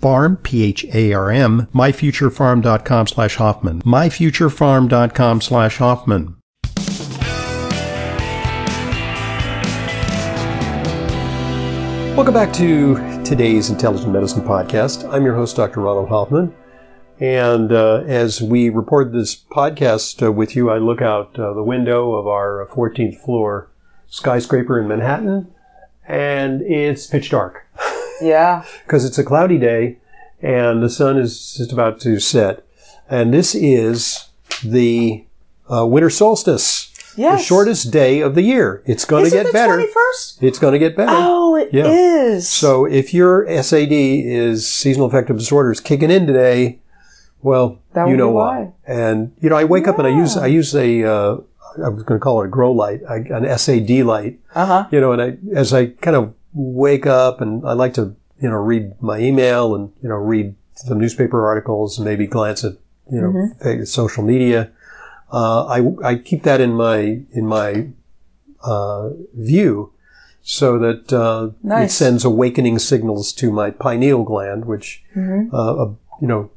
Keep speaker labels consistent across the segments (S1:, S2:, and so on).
S1: farm, P-H-A-R-M, myfuturefarm.com slash Hoffman, myfuturefarm.com slash Hoffman. Welcome back to today's Intelligent Medicine Podcast. I'm your host, Dr. Ronald Hoffman. And uh, as we record this podcast uh, with you, I look out uh, the window of our 14th floor skyscraper in Manhattan, and it's pitch dark.
S2: Yeah.
S1: because it's a cloudy day and the sun is just about to set. And this is the uh, winter solstice,
S2: Yes.
S1: the shortest day of the year. It's going to
S2: Isn't
S1: get
S2: it
S1: better.
S2: 21st?
S1: It's going to get better.
S2: Oh, it is.
S1: Yeah. So if your SAD is seasonal affective disorder is kicking in today, well,
S2: That
S1: you
S2: would
S1: know
S2: be
S1: why.
S2: why.
S1: And you know, I wake up and I use
S2: Yeah.
S1: I use a uh, I was going to call it a grow light, I, an SAD light,
S2: uh huh.
S1: you know, and I, as I kind of wake up and I like to, you know, read my email and, you know, read some newspaper articles and maybe glance at, you know,
S2: Mm-hmm.
S1: fa- social media. Uh, I, I keep that in my, in my, uh, view so that, uh, it
S2: Nice.
S1: sends awakening signals to my pineal gland, which,
S2: Mm-hmm.
S1: uh, uh, you know,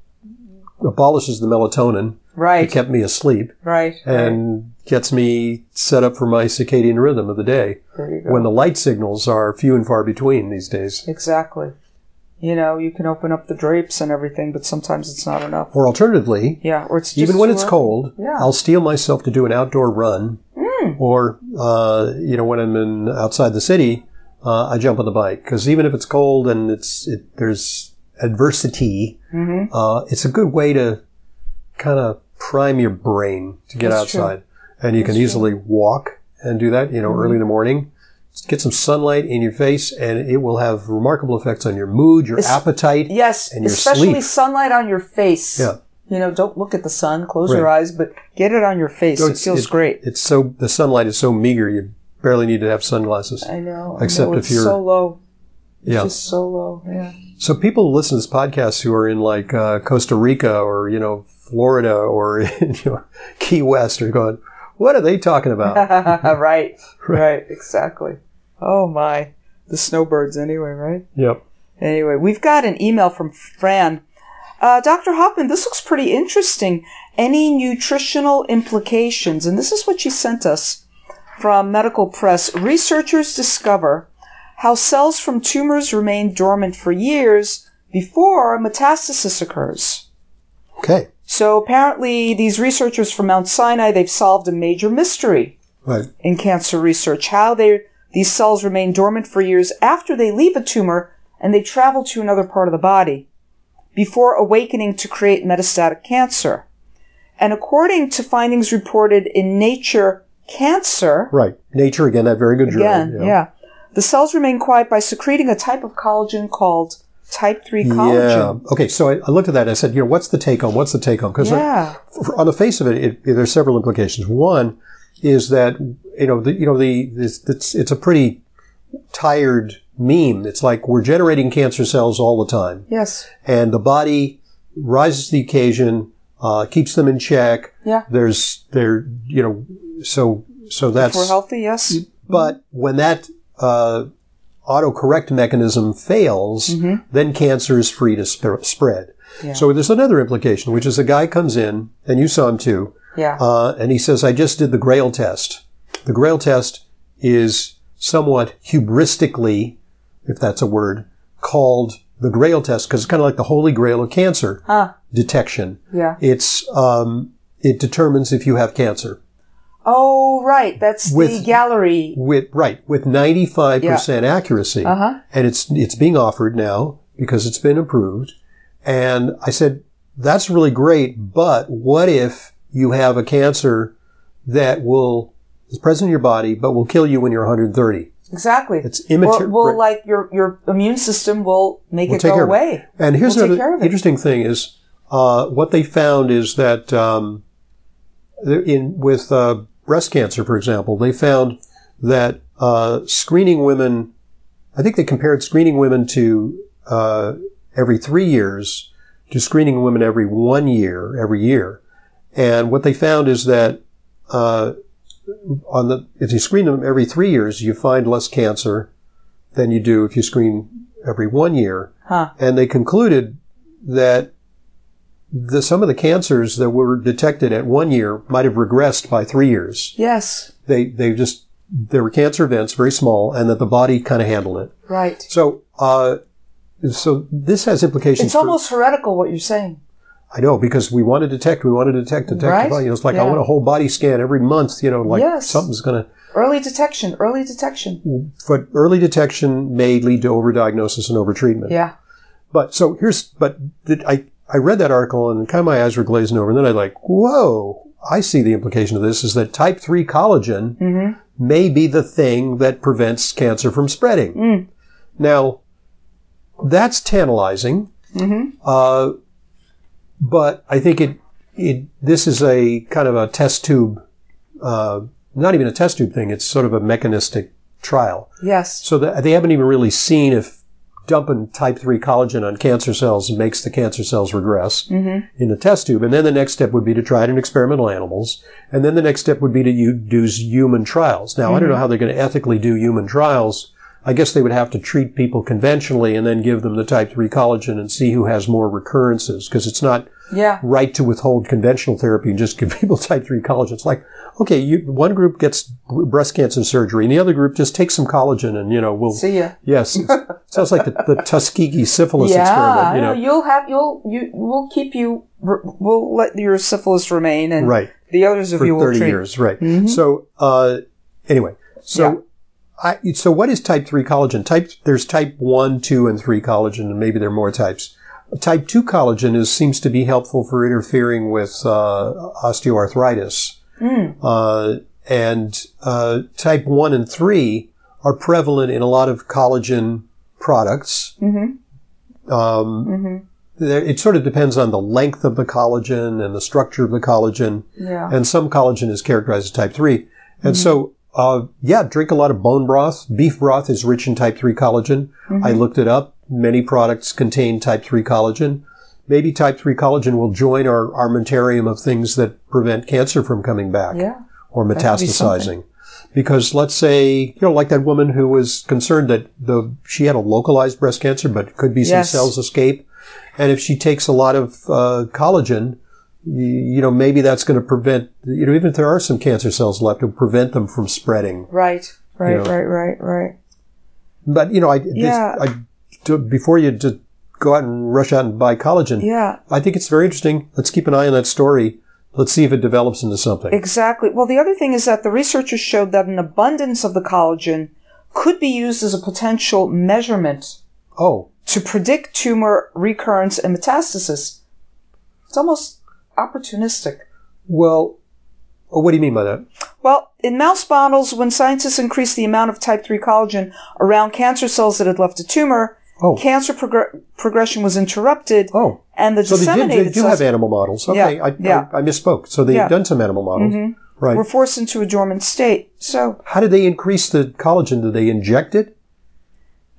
S1: abolishes the melatonin. It
S2: Right.
S1: kept me asleep
S2: Right. right.
S1: and gets me set up for my circadian rhythm of the day
S2: There you go.
S1: when the light signals are few and far between these days.
S2: exactly. You know, you can open up the drapes and everything, but sometimes it's not enough.
S1: Or alternatively,
S2: Yeah, or it's just
S1: even when
S2: too
S1: it's
S2: early.
S1: cold,
S2: Yeah. Mm.
S1: I'll steel myself to do an outdoor run. Or, uh, you know, when I'm in outside the city, uh, I jump on the bike because even if it's cold and it's it, there's adversity,
S2: Mm-hmm.
S1: uh, it's a good way to kind of prime your brain to get
S2: That's Mm-hmm. true.
S1: outside, and you can easily walk and do that. You know, early in the morning. Get some sunlight in your face, and it will have remarkable effects on your mood, your
S2: Es-
S1: appetite,
S2: Yes,
S1: and your
S2: especially
S1: sleep.
S2: sunlight on your face.
S1: Yeah.
S2: You know, don't look at the sun, close your
S1: Right.
S2: eyes, but get it on your face.
S1: No,
S2: it feels great.
S1: It's so the sunlight is so meager, you barely need to have sunglasses.
S2: I know.
S1: Except
S2: I know,
S1: if
S2: it's
S1: you're-
S2: so low. It's
S1: yeah.
S2: just so low. Yeah.
S1: So people who listen to this podcast who are in like uh, Costa Rica or you know Florida or you know, Key West are going, what are they talking about?
S2: right. Right. Exactly. Oh my. The snowbirds anyway, right?
S1: yep.
S2: Anyway, we've got an email from Fran. Uh, Dr. Hoffman, this looks pretty interesting. Any nutritional implications? And this is what she sent us from Medical Press. Researchers discover how cells from tumors remain dormant for years before metastasis occurs.
S1: Okay.
S2: So apparently, these researchers from Mount Sinai, they've solved a major mystery
S1: Right.
S2: in cancer research how they these cells remain dormant for years after they leave a tumor and they travel to another part of the body before awakening to create metastatic cancer. And according to findings reported in Nature Cancer,
S1: Right. Nature again, that very good journal.
S2: again, yeah. the cells remain quiet by secreting a type of collagen called type 3 collagen.
S1: Yeah. Okay. So I, I looked at that. and I said, you know, what's the take home? What's the take home? Because
S2: Yeah.
S1: for- on the face of it, it, it- there's several implications. One is that you know, the, you know, the this, it's, it's a pretty tired meme. It's like we're generating cancer cells all the time,
S2: Yes.
S1: and the body rises to the occasion, uh, keeps them in check.
S2: Yeah.
S1: There's there, you know, so so that's
S2: If we're healthy, yes.
S1: but when that uh, autocorrect mechanism fails, then cancer is free to sp- spread.
S2: Mm-hmm. Yeah.
S1: So there's another implication, which is a guy comes in, and you saw him too,
S2: Yeah.
S1: uh, and he says, I just did the Grail test. The Grail test is somewhat hubristically, if that's a word, called the Grail test because it's kind of like the holy grail of cancer
S2: Huh.
S1: detection.
S2: Yeah.
S1: It's, um, it determines if you have cancer.
S2: Oh, right. That's the
S1: With-
S2: gallery.
S1: with right with 95% accuracy
S2: Uh-huh.
S1: and it's it's being offered now because it's been approved and i said that's really great but what if you have a cancer that will is present in your body but will kill you when you're 130
S2: Exactly.
S1: It's immature-
S2: Well, well,
S1: right.
S2: like your your immune system will make
S1: We'll
S2: it
S1: take
S2: go
S1: care of it.
S2: away.
S1: and here's
S2: We'll take care
S1: another
S2: of it.
S1: interesting thing is uh, what they found is that um, there- in with uh, breast cancer for example they found that uh, screening women, I think they compared screening women to uh, every three years to screening women every one year, every year. And what they found is that uh, on the if you screen them every three years, you find less cancer than you do if you screen every one year.
S2: Huh.
S1: And they concluded that the, some of the cancers that were detected at one year might have regressed by three years
S2: Yes.
S1: they they just there were cancer events very small and that the body kind of handled it
S2: Right.
S1: so uh so this has implications
S2: It's
S1: for-
S2: almost heretical what you're saying.
S1: i know because we want to detect we want to detect detect
S2: Right?
S1: you know it's like i
S2: Yeah.
S1: want a whole body scan every month you know like
S2: Yes.
S1: something's gonna
S2: Early detection. Early detection.
S1: but early detection may lead to overdiagnosis and overtreatment
S2: Yeah.
S1: but so here's but the, i i read that article and kind of my eyes were glazing over and then i like whoa i see the implication of this is that type 3 collagen
S2: hmm
S1: may be the thing that prevents cancer from spreading.
S2: Mm.
S1: Now, that's tantalizing,
S2: hmm
S1: uh, but I think it, it this is a kind of a test tube, uh, not even a test tube thing. It's sort of a mechanistic trial.
S2: Yes.
S1: So that they haven't even really seen if dumping type three collagen on cancer cells makes the cancer cells regress
S2: hmm
S1: in the test tube. And then the next step would be to try it in experimental animals. And then the next step would be to u- do s- human trials. Now, I don't know how they're going to ethically do human trials. I guess they would have to treat people conventionally and then give them the type 3 collagen and see who has more recurrences because it's not
S2: Yeah.
S1: right to withhold conventional therapy and just give people type 3 collagen. It's like, okay, you, one group gets br- breast cancer surgery and the other group just takes some collagen and, you know, we'll,
S2: See ya.
S1: yes, it's- sounds like the, the Tuskegee syphilis
S2: Yeah.
S1: experiment, you know.
S2: will have you'll you we'll keep you we'll let your syphilis remain and
S1: Right.
S2: the others of
S1: for
S2: you will
S1: 30
S2: treat.
S1: years, right?
S2: Mhm.
S1: So uh, anyway, so I so what is type three collagen? Type there's type one, two, and three collagen, and maybe there are more types. Type two collagen is seems to be helpful for interfering with uh, osteoarthritis,
S2: Mm.
S1: uh, and uh, type one and three are prevalent in a lot of collagen products.
S2: Mhm.
S1: Um,
S2: Mhm.
S1: there, it sort of depends on the length of the collagen and the structure of the collagen
S2: Yeah.
S1: and some collagen is characterized as type 3. And so, uh, yeah, drink a lot of bone broth. Beef broth is rich in type 3 collagen. I
S2: Mm-hmm.
S1: looked it up. Many products contain type 3 collagen. Maybe type 3 collagen will join our armamentarium of things that prevent cancer from coming back
S2: Yeah.
S1: or
S2: That could be
S1: metastasizing.
S2: something.
S1: Because let's say, you know, like that woman who was concerned that the, she had a localized breast cancer, but could be some
S2: Yes.
S1: cells escape. And if she takes a lot of uh, collagen, you, you know, maybe that's going to prevent, you know, even if there are some cancer cells left, it'll prevent them from spreading.
S2: Right. Right.
S1: Yeah.
S2: Right. Right. Right.
S1: But, you know, I, this-
S2: Yeah.
S1: I do- before you just go out and rush out and buy collagen,
S2: Yeah.
S1: I think it's very interesting. Let's keep an eye on that story. Let's see if it develops into something.
S2: Exactly. Well, the other thing is that the researchers showed that an abundance of the collagen could be used as a potential measurement
S1: oh,
S2: to predict tumor recurrence and metastasis. It's almost opportunistic.
S1: well, oh, what do you mean by that?
S2: Well, in mouse models, when scientists increased the amount of type 3 collagen around cancer cells that had left a tumor,
S1: Oh.
S2: cancer progr- progression was interrupted
S1: Oh,
S2: and the
S1: so they, did,
S2: disseminated
S1: they do
S2: cells
S1: have animal models.
S2: Yeah,
S1: Okay, I,
S2: yeah.
S1: I, I misspoke. So they've
S2: Yeah. Mm-hmm.
S1: done some animal models, right?
S2: were forced into a dormant state. So,
S1: How did they increase the collagen? Did they inject it?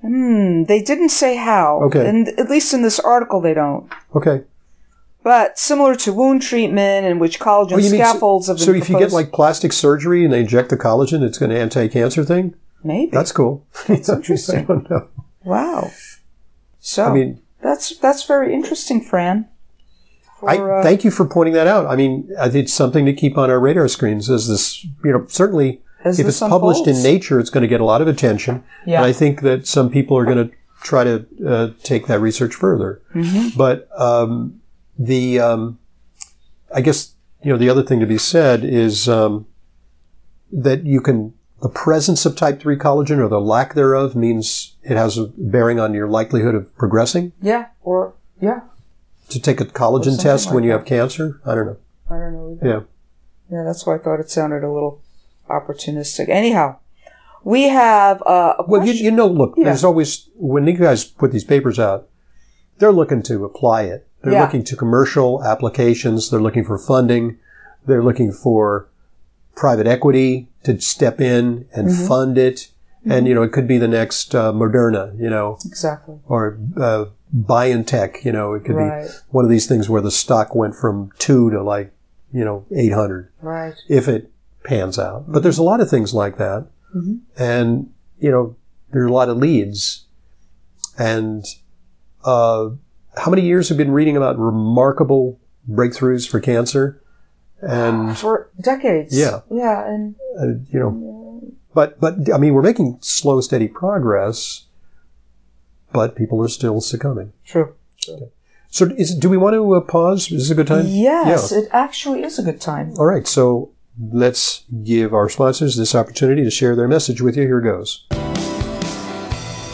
S2: hmm, they didn't say how.
S1: Okay.
S2: And at least in this article, they don't.
S1: Okay.
S2: But similar to wound treatment, in which collagen
S1: Oh, you mean so-
S2: scaffolds
S1: so,
S2: have been
S1: if you get
S2: proposed-
S1: like plastic surgery and they inject the collagen, it's going to anti-cancer thing.
S2: maybe
S1: That's cool. That's
S2: interesting.
S1: I don't know.
S2: wow. So
S1: I mean,
S2: that's that's very interesting, Fran. For,
S1: I
S2: uh,
S1: thank you for pointing that out. I mean, I think it's something to keep on our radar screens. As this, you know, certainly
S2: As
S1: if
S2: this
S1: it's published in
S2: unfolds.
S1: Nature, it's going to get a lot of attention.
S2: Yeah.
S1: And I think that some people are going to try to uh, take that research further.
S2: Mm-hmm.
S1: But um, the, um, I guess, you know, the other thing to be said is um, that you can the presence of type 3 collagen or the lack thereof means it has a bearing on your likelihood of progressing
S2: Yeah, or yeah,
S1: to take a
S2: Or
S1: collagen
S2: something
S1: test when
S2: like
S1: you
S2: that.
S1: have cancer i don't know
S2: I don't know. Either.
S1: yeah
S2: Yeah, that's why I thought it sounded a little opportunistic. Anyhow, we have uh, a
S1: well you,
S2: question.
S1: you know look
S2: Yeah.
S1: there's always when you guys put these papers out they're looking to apply it they're
S2: Yeah.
S1: looking to commercial applications they're looking for funding they're looking for private equity to step in and
S2: Mm-hmm.
S1: fund it and you know it could be the next uh, moderna you know
S2: exactly.
S1: or uh, BioNTech. You know, it could
S2: Right.
S1: be one of these things where the stock went from two to like, you know, 800
S2: Right.
S1: if it pans out. But there's a lot of things like that. And, you know, there are a lot of leads. And uh, how many years have been reading about remarkable breakthroughs for cancer? And
S2: For decades.
S1: Yeah.
S2: Yeah, and
S1: uh, you know, but but I mean, we're making slow, steady progress, but people are still succumbing.
S2: true.
S1: So, is, do we want to uh, pause? Is this a good time?
S2: Yes,
S1: Yeah.
S2: it actually is a good time.
S1: All right. So, let's give our sponsors this opportunity to share their message with you. Here goes.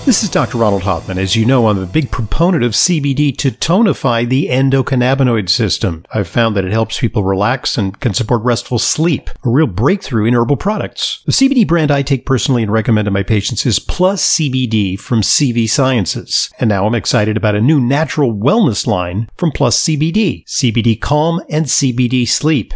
S3: This is Dr. Ronald Hoffman. As you know, I'm a big proponent of CBD to tonify the endocannabinoid system. I've found that it helps people relax and can support restful sleep, a real breakthrough in herbal products. The CBD brand I take personally and recommend to my patients is Plus CBD from CV Sciences. And now I'm excited about a new natural wellness line from Plus CBD, CBD Calm and CBD Sleep.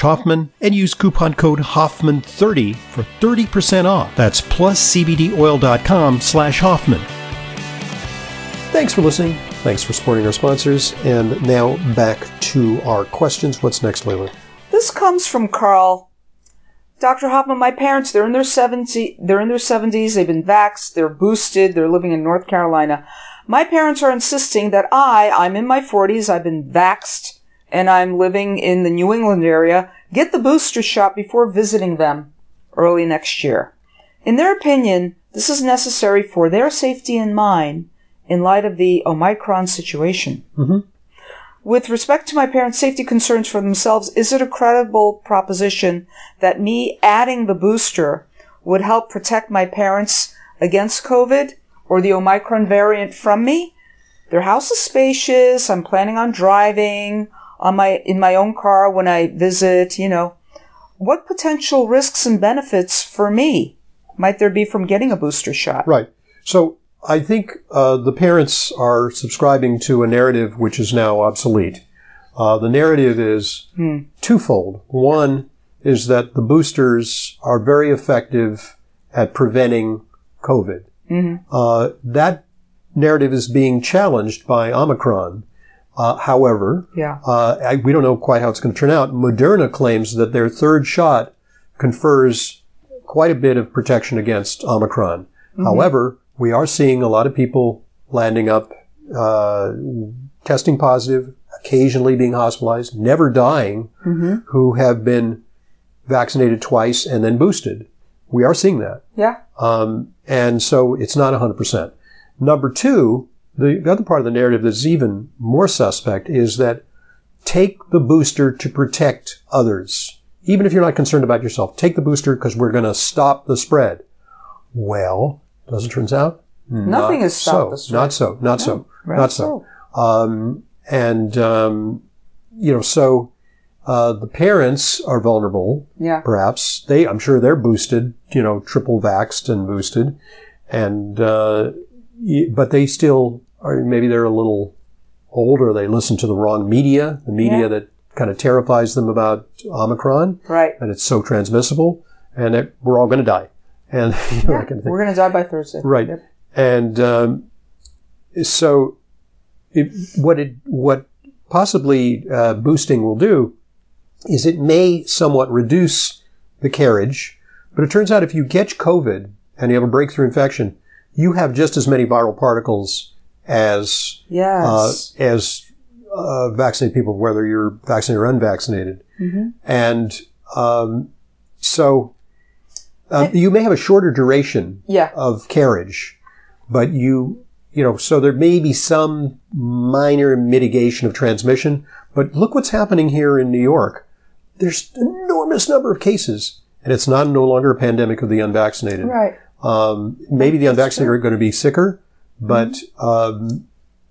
S3: Hoffman and use coupon code Hoffman30 for 30% off. That's pluscbdoil.com slash Hoffman.
S1: Thanks for listening. Thanks for supporting our sponsors. And now back to our questions. What's next, Layla?
S2: This comes from Carl. Dr. Hoffman, my parents, they're in their 70, they're in their 70s, they've been vaxxed, they're boosted, they're living in North Carolina. My parents are insisting that I, I'm in my 40s, I've been vaxxed, and I'm living in the New England area, get the booster shot before visiting them early next year. In their opinion, this is necessary for their safety and mine in light of the Omicron situation.
S1: Mm-hmm.
S2: With respect to my parents' safety concerns for themselves, is it a credible proposition that me adding the booster would help protect my parents against COVID or the Omicron variant from me? Their house is spacious. I'm planning on driving on my, in my own car when I visit, you know. What potential risks and benefits for me might there be from getting a booster shot?
S1: Right. So, I think uh, the parents are subscribing to a narrative which is now obsolete. Uh, the narrative is twofold. One is that the boosters are very effective at preventing COVID. Uh, that narrative is being challenged by Omicron. Uh, however,
S2: Yeah.
S1: uh, I, we don't know quite how it's going to turn out. Moderna claims that their third shot confers quite a bit of protection against Omicron. However, we are seeing a lot of people landing up uh, testing positive, occasionally being hospitalized, never dying, who have been vaccinated twice and then boosted. We are seeing that.
S2: Yeah.
S1: Um, and so it's not 100%. Number two, the other part of the narrative that's even more suspect is that take the booster to protect others. Even if you're not concerned about yourself, take the booster because we're going to stop the spread. Well, as it turns out,
S2: Nothing
S1: not
S2: has stopped
S1: so,
S2: us.
S1: Not so, not so, not so. Um, and, um, you know, so, uh, the parents are vulnerable
S2: Yeah.
S1: perhaps they i'm sure they're boosted you know triple vaxxed and boosted and uh, y- but they still are maybe they're a little older they listen to the wrong media the media
S2: Yeah.
S1: that kind of terrifies them about omicron
S2: Right.
S1: and it's so transmissible and that we're all going to die and you know, that kind of thing.
S2: We're going to die by Thursday.
S1: Right.
S2: Yep.
S1: And um, so, it, what it what possibly uh, boosting will do is it may somewhat reduce the carriage But it turns out if you get COVID and you have a breakthrough infection, you have just as many viral particles as uh,
S2: Yes.
S1: as uh, vaccinated people, whether you're vaccinated or unvaccinated.
S2: Mhm.
S1: And um, so uh, you may have a shorter duration
S2: yeah.
S1: of carriage, but you, you know, so there may be some minor mitigation of transmission. But look what's happening here in New York. There's enormous number of cases, and it's not no longer a pandemic of the unvaccinated.
S2: Right.
S1: Um, maybe the unvaccinated are going to be sicker, but um,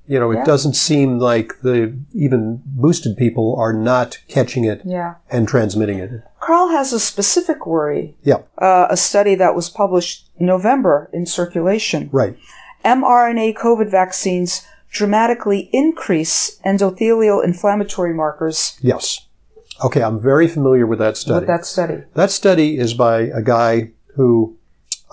S1: you know, it
S2: Mm-hmm. Yeah.
S1: doesn't seem like the even boosted people are not catching it
S2: Yeah.
S1: and transmitting it.
S2: Carl has a specific worry.
S1: Yeah,
S2: Uh, a study that was published November in Circulation.
S1: right.
S2: mRNA COVID vaccines dramatically increase endothelial inflammatory markers
S1: Yes. Okay, I'm very familiar with that study.
S2: with that study.
S1: That study is by a guy who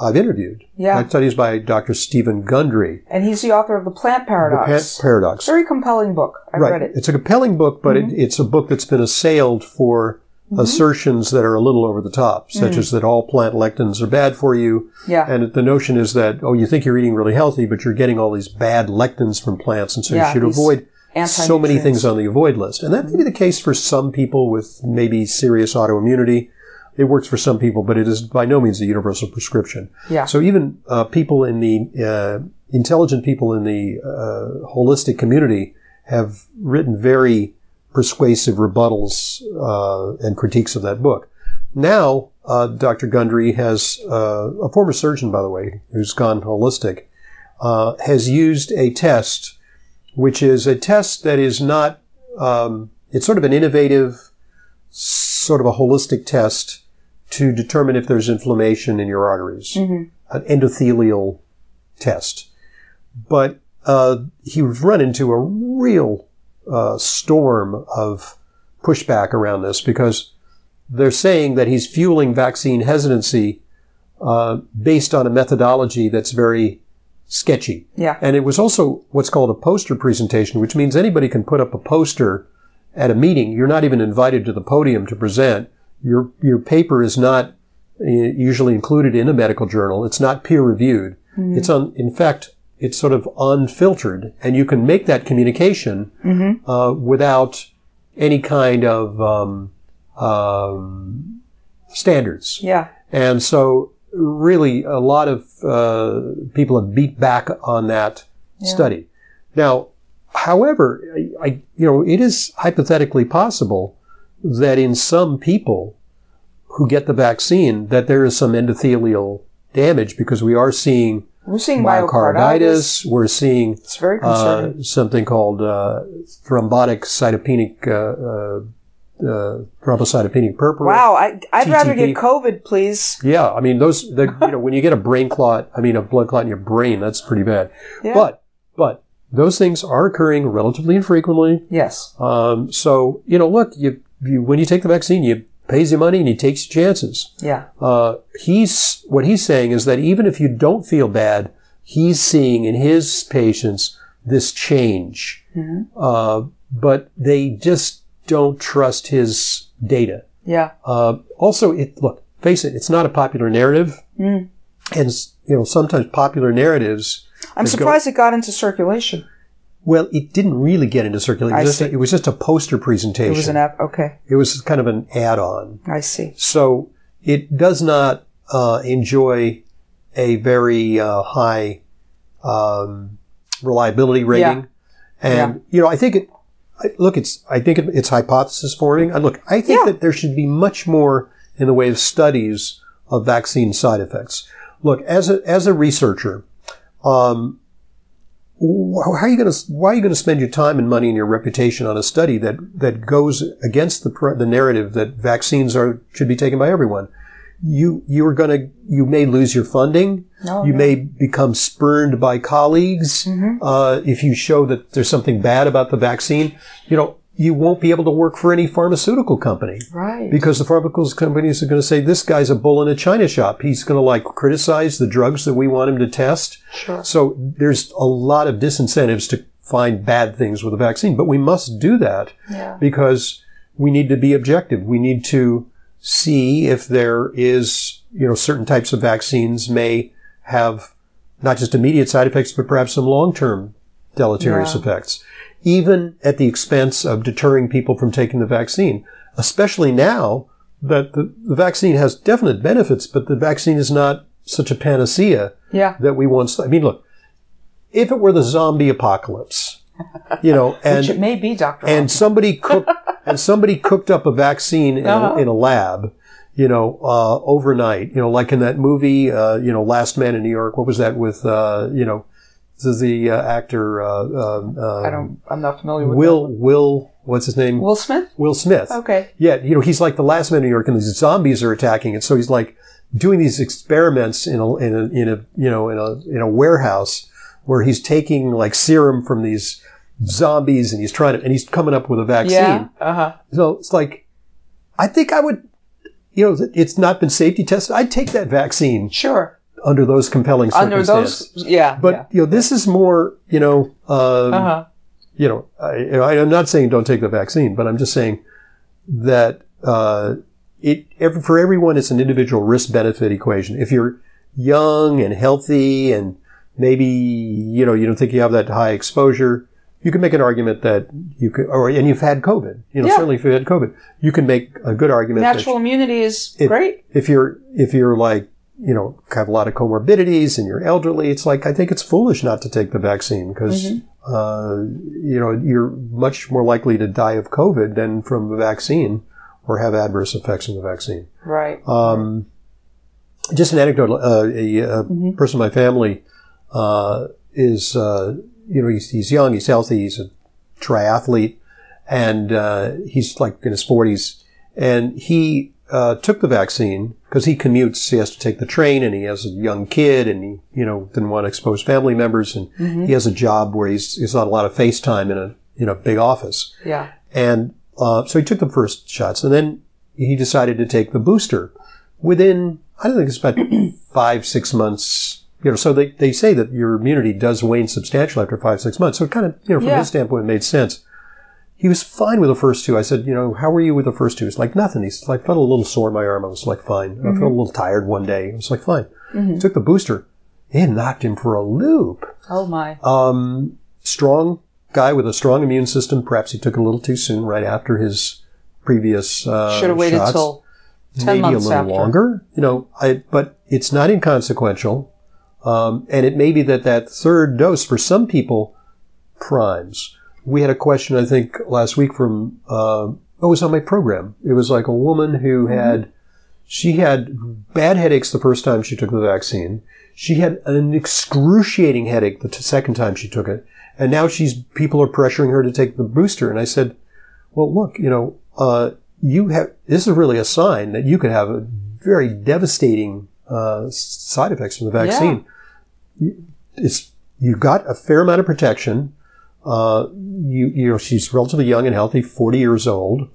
S1: I've interviewed.
S2: Yeah.
S1: That study is by Dr. Stephen Gundry.
S2: And he's the author of The Plant
S1: The Pa-
S2: Paradox.
S1: Paradox.
S2: Very compelling book. I
S1: right.
S2: read it. Mm-hmm.
S1: It's a compelling book, but it, it's a book that's been assailed for assertions that are a little over the top, such as that all plant lectins are bad for you.
S2: Mm. Yeah.
S1: And the notion is that, oh, you think you're eating really healthy, but you're getting all these bad lectins from plants, and so
S2: Yeah,
S1: you should
S2: these
S1: avoid so many
S2: Anti-nutrients.
S1: things on the avoid list. And that may be the case for some people with maybe serious autoimmunity. It works for some people, but it is by no means a universal prescription.
S2: Yeah.
S1: So even uh, people in the uh, intelligent people in the uh, holistic community have written very persuasive rebuttals uh, and critiques of that book. Now, uh, Dr. Gundry has uh, a former surgeon, by the way, who's gone holistic, uh, has used a test, which is a test that is not. Um, it's sort of an innovative, sort of a holistic test to determine if there's inflammation in your arteries, an endothelial test. But uh, he was run into a real uh, storm of pushback around this because they're saying that he's fueling vaccine hesitancy uh, based on a methodology that's very sketchy.
S2: Yeah.
S1: And it was also what's called a poster presentation, which means anybody can put up a poster at a meeting. You're not even invited to the podium to present. Your, your paper is not uh, usually included in a medical journal. It's not peer reviewed. It's on, in fact, it's sort of unfiltered and you can make that communication uh, without any kind of um, um, standards.
S2: Yeah.
S1: And so, really, a lot of uh, people have beat back on that study. Now, however, I, I, you know, it is hypothetically possible that in some people who get the vaccine, that there is some endothelial damage because we are seeing
S2: We're seeing myocarditis.
S1: myocarditis. We're seeing
S2: It's very concerning.
S1: uh, something called uh, thrombotic cytopenic uh, uh, uh, thrombocytopenic purpura.
S2: wow. I, I'd rather get
S1: TTP.
S2: COVID, please.
S1: Yeah, I mean those. The, you know, when you get a brain clot, I mean a blood clot in your brain, that's pretty bad.
S2: Yeah.
S1: But but those things are occurring relatively infrequently.
S2: Yes.
S1: Um, so you know, look, you, you when you take the vaccine, you pays your money and you takes your chances.
S2: Yeah.
S1: Uh, he's what he's saying is that even if you don't feel bad, he's seeing in his patients this change. Uh, but they just don't trust his data.
S2: Yeah.
S1: Uh, also, it look face it, it's not a popular narrative,
S2: Mm.
S1: and s- you know sometimes popular narratives.
S2: I'm
S1: They go-
S2: surprised it got into circulation.
S1: Well, it didn't really get into circulation. It
S2: I
S1: was, just a,
S2: see.
S1: it was just a poster
S2: It
S1: presentation.
S2: was an app. Okay.
S1: It was kind of an add-on.
S2: I see.
S1: So it does not uh, enjoy a very uh, high um, reliability rating.
S2: Yeah.
S1: And you know, I think it. I- Look, it's. I think it, it's hypothesis forming. And look, I think
S2: Yeah.
S1: that there should be much more in the way of studies of vaccine side effects. Look, as a as a researcher, um, wh- how are you going to why are you going to spend your time and money and your reputation on a study that that goes against the pr- the narrative that vaccines are should be taken by everyone? You you are going to you may lose your funding.
S2: No, Mm-hmm.
S1: you
S2: no.
S1: may become spurned by colleagues uh, if you show that there's something bad about the vaccine. You know you won't be able to work for any pharmaceutical company
S2: Right.
S1: because the pharmaceutical companies are going to say this guy's a bull in a china shop. He's going to like criticize the drugs that we want him to test.
S2: Sure.
S1: So there's a lot of disincentives to find bad things with a vaccine, but we must do that
S2: Yeah.
S1: because we need to be objective. We need to see if there is, you know, certain types of vaccines may have not just immediate side effects, but perhaps some long-term deleterious
S2: Yeah.
S1: effects, even at the expense of deterring people from taking the vaccine, especially now that the, the vaccine has definite benefits, but the vaccine is not such a panacea
S2: Yeah.
S1: that we once, I mean, look, if it were the zombie apocalypse, you know, and
S2: Which it may be, Dr.
S1: and somebody cooked and somebody cooked up a vaccine in,
S2: Uh-huh.
S1: a, in a lab, you know, uh, overnight. You know, like in that movie, uh, you know, Last Man in New York. What was that with, uh, you know, the, the uh, actor uh, um, um,
S2: I don't, I'm not familiar with
S1: Will Will what's his
S2: that.
S1: name? Will,
S2: Will Smith?
S1: Smith.
S2: Okay.
S1: Yeah, you know, he's like the Last Man in New York, and these zombies are attacking it. So he's like doing these experiments in a in a, in a you know in a in a warehouse where he's taking like serum from these zombies and he's trying to and he's coming up with a vaccine.
S2: Yeah. Uh huh.
S1: So it's like, I think I would, you know, it's not been safety tested. I'd take that vaccine
S2: Sure.
S1: under those compelling
S2: Under
S1: circumstances.
S2: those, yeah.
S1: but
S2: yeah.
S1: you know, this is more, you know, um,
S2: Uh huh.
S1: you know, I, you know, I'm not saying don't take the vaccine, but I'm just saying that uh, it every, for everyone it's an individual risk benefit equation. If you're young and healthy and maybe you know you don't think you have that high exposure, you can make an argument that you could, or and you've had COVID. You know,
S2: Yeah.
S1: certainly if you had COVID, you can make a good argument. that
S2: Natural immunity is
S1: It-
S2: great.
S1: if you're if you're like you know have a lot of comorbidities and you're elderly, it's like I think it's foolish not to take the vaccine because uh, you know you're much more likely to die of COVID than from the vaccine or have adverse effects from the vaccine.
S2: Right.
S1: Um, just an anecdote. Uh, a, a person in my family uh, is, uh, you know, he's, he's young, he's healthy, he's a triathlete, and uh, he's like in his forties, and he uh, took the vaccine because he commutes. He has to take the train, and he has a young kid, and he, you know, didn't want to expose family members, and he has a job where he's he's on a lot of FaceTime in a you know big office.
S2: Yeah.
S1: And uh, so he took the first shots, and then he decided to take the booster. Within, I don't think it's about five, six months. You know, so they, they say that your immunity does wane substantially after five, six months. So it kind of, you know, from
S2: Yeah.
S1: his standpoint, it made sense. He was fine with the first two. I said, you know, how were you with the first two? He's like, nothing. He's like, felt a little sore in my arm. I was like, fine. I felt a little tired one day. I was like, fine. Took the booster. It knocked him for a loop.
S2: Oh my.
S1: Um, strong guy with a strong immune system. Perhaps he took it a little too soon, right after his previous uh,
S2: Should have waited
S1: shots.
S2: till 10
S1: maybe
S2: months
S1: a little
S2: after.
S1: longer. You know, I, but it's not inconsequential, um, and it may be that that third dose for some people primes. We had a question I think last week from uh, oh, it was on my program. It was like a woman who had she had bad headaches the first time she took the vaccine. She had an excruciating headache the t- second time she took it, and now she's people are pressuring her to take the booster. And I said, "Well, look, you know, uh, you have this is really a sign that you could have a very devastating uh, s- side effects from the vaccine. You- It's you got a fair amount of protection. Uh, you you know she's relatively young and healthy, forty years old.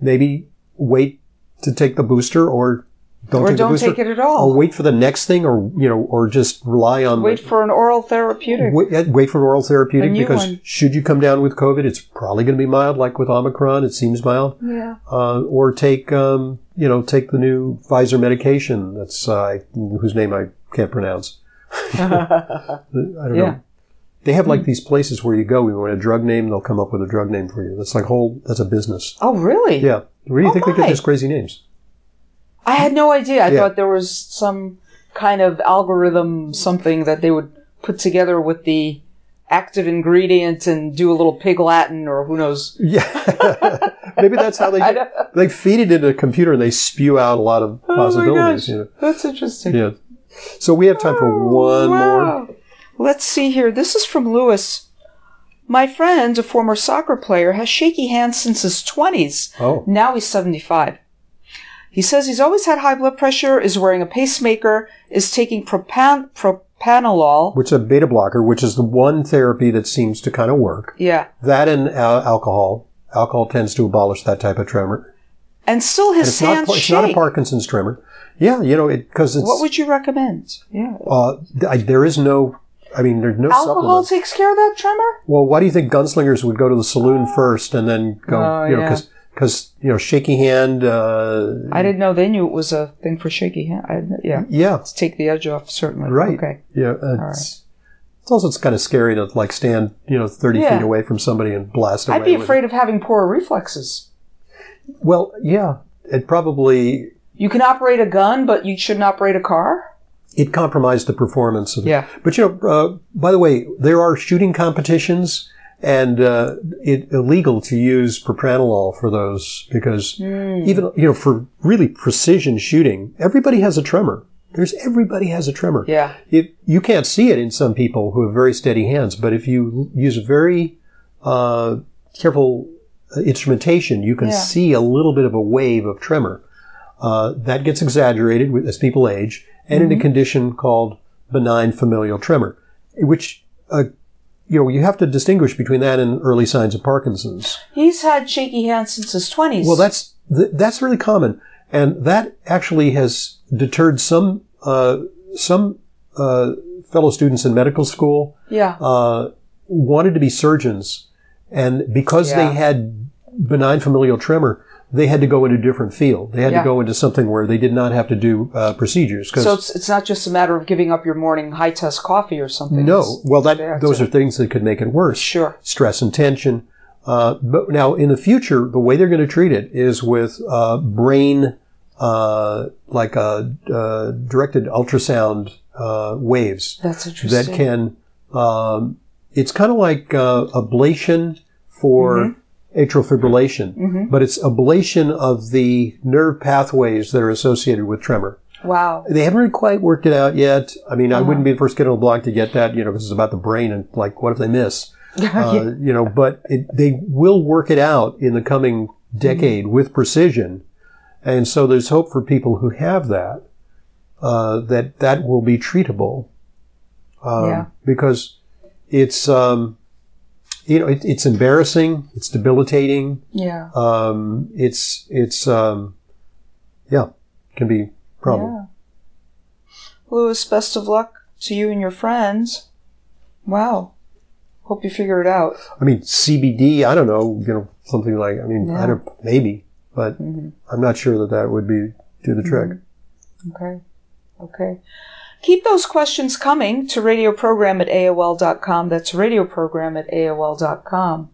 S1: Maybe wait to take the booster or." Don't
S2: Or
S1: take the
S2: don't
S1: booster
S2: take it at all.
S1: or wait for the next thing, or you know, or just rely on
S2: Wait for an oral therapeutic.
S1: wait, yeah, wait for an oral therapeutic
S2: A new
S1: because
S2: one.
S1: should you come down with COVID, it's probably going to be mild, like with Omicron. It seems mild,
S2: Yeah.
S1: uh, or take um, you know take the new Pfizer medication that's uh, I- whose name I can't pronounce. I don't
S2: Yeah. Hmm.
S1: know. They have like these places where you go, you want a drug name, they'll come up with a drug name for you. That's like whole. That's a business.
S2: Oh, really?
S1: Yeah. Where do you
S2: Oh,
S1: think they get
S2: my.
S1: these crazy names?
S2: I had no idea. I
S1: Yeah.
S2: thought there was some kind of algorithm, something that they would put together with the active ingredient and do a little pig Latin or who knows.
S1: Yeah. Maybe that's how they
S2: I don't-
S1: they feed it into a computer and they spew out a lot of possibilities.
S2: Oh my
S1: you
S2: gosh. Oh, That's interesting.
S1: know? Yeah. So we have time for one more.
S2: Let's see here. This is from Lewis. My friend, a former soccer player, has shaky hands since his 20s.
S1: Oh.
S2: Now he's 75. He says he's always had high blood pressure, is wearing a pacemaker, is taking propan- propanolol.
S1: Which is a beta blocker, which is the one therapy that seems to kind of work.
S2: Yeah.
S1: That and uh, alcohol. Alcohol tends to abolish that type of tremor.
S2: And still
S1: And
S2: his
S1: it's not,
S2: hands
S1: it's
S2: shake.
S1: not a Parkinson's tremor. Yeah, you know, because it's,
S2: what would you recommend? Yeah.
S1: uh, th- I, there is no, I mean, there's no
S2: Alcohol
S1: supplements.
S2: takes care of that tremor?
S1: Well, why do you think gunslingers would go to the saloon first and then go,
S2: Oh,
S1: you know,
S2: yeah.
S1: because because you know shaky hand. Uh,
S2: I didn't know they knew it was a thing for shaky hand. I, yeah,
S1: yeah,
S2: let's take the edge off, certainly.
S1: right.
S2: Okay.
S1: Yeah, it's, it's also it's kind of scary to like stand you know thirty
S2: Yeah.
S1: feet away from somebody and blast away.
S2: I'd be
S1: with-
S2: afraid of having poor reflexes.
S1: Well, yeah, it probably
S2: You can operate a gun, but you shouldn't operate a car.
S1: it compromised the performance of
S2: Yeah.
S1: But you know, uh, by the way, there are shooting competitions, and uh, it illegal to use propranolol for those because even you know for really precision shooting, everybody has a tremor. There's everybody has a tremor.
S2: Yeah.
S1: It, you can't see it in some people who have very steady hands, but if you l- use very uh, careful uh, instrumentation, you can
S2: Yeah.
S1: see a little bit of a wave of tremor. Uh, that gets exaggerated with, as people age, and in a condition called benign familial tremor, which uh, you know you have to distinguish between that and early signs of Parkinson's.
S2: He's had shaky hands since his twenties.
S1: Well, that's th- that's really common, and that actually has deterred some uh, some uh, fellow students in medical school
S2: yeah.
S1: uh, wanted to be surgeons, and because
S2: Yeah.
S1: they had benign familial tremor, they had to go into a different field. They had
S2: Yeah.
S1: to go into something where they did not have to do uh, procedures. 'cause-
S2: So it's, it's not just a matter of giving up your morning high test coffee or something.
S1: no, well, that
S2: That's
S1: those
S2: it.
S1: are things that could make it worse.
S2: Sure.
S1: stress and tension. Uh, but now in the future, the way they're going to treat it is with uh, brain, uh, like uh, uh, directed ultrasound uh, waves
S2: That's
S1: that
S2: interesting.
S1: can. Um, it's kind of like uh, ablation for atrial fibrillation, but it's ablation of the nerve pathways that are associated with tremor.
S2: wow.
S1: They haven't really quite worked it out yet. I mean, I wouldn't be the first kid on the block to get that, you know, because it's about the brain and like, what if they miss? Uh, you know, but it, they will work it out in the coming decade with precision. And so there's hope for people who have that, uh, that that will be treatable. Um,
S2: Yeah.
S1: Because it's, um, you know, it, it's embarrassing. It's debilitating
S2: Yeah.
S1: um, it's it's um, yeah can be a problem.
S2: Yeah. Lewis, best of luck to you and your friends. Wow. Hope you figure it out.
S1: I mean CBD. I don't know. You know something like I mean
S2: Yeah. Mm-hmm.
S1: I don't maybe, but I'm not sure that that would be do the trick.
S2: Okay. Okay. Keep those questions coming to radioprogram at AOL.com. That's radioprogram at AOL.com.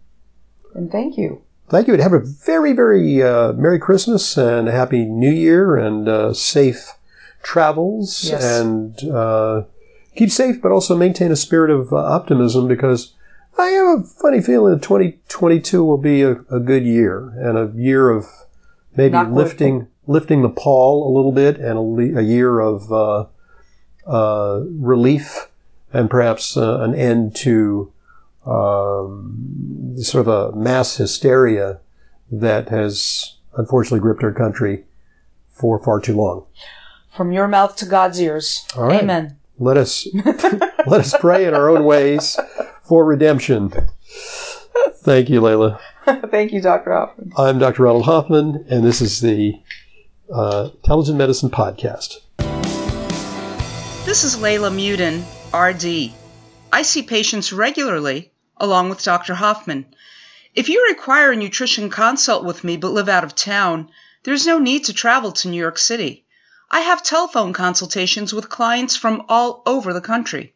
S2: And thank you.
S1: Thank you. And have a very very uh, merry Christmas and a happy New Year and uh, safe travels
S2: Yes.
S1: and uh, keep safe, but also maintain a spirit of uh, optimism because. I have a funny feeling that 2022 will be a, a good year and a year of maybe
S2: Knock wood.
S1: lifting lifting the pall a little bit and a, le- a year of uh, uh, relief and perhaps uh, an end to um, sort of a mass hysteria that has unfortunately gripped our country for far too long.
S2: From your mouth to God's ears.
S1: All right.
S2: Amen.
S1: Let us let us pray in our own ways for redemption. Thank you, Layla.
S2: thank you, Dr. Hoffman.
S1: I'm Dr. Ronald Hoffman, and this is the uh, Intelligent Medicine Podcast.
S2: This is Layla Mudin, RD. I see patients regularly, along with Dr. Hoffman. If you require a nutrition consult with me but live out of town, there's no need to travel to New York City. I have telephone consultations with clients from all over the country.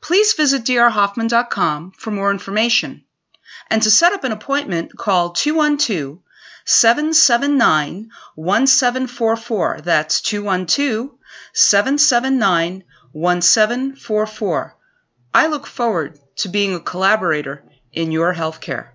S2: Please visit drhoffman.com for more information. And to set up an appointment, call 212 779 1744. That's 212 779 1744. I look forward to being a collaborator in your healthcare.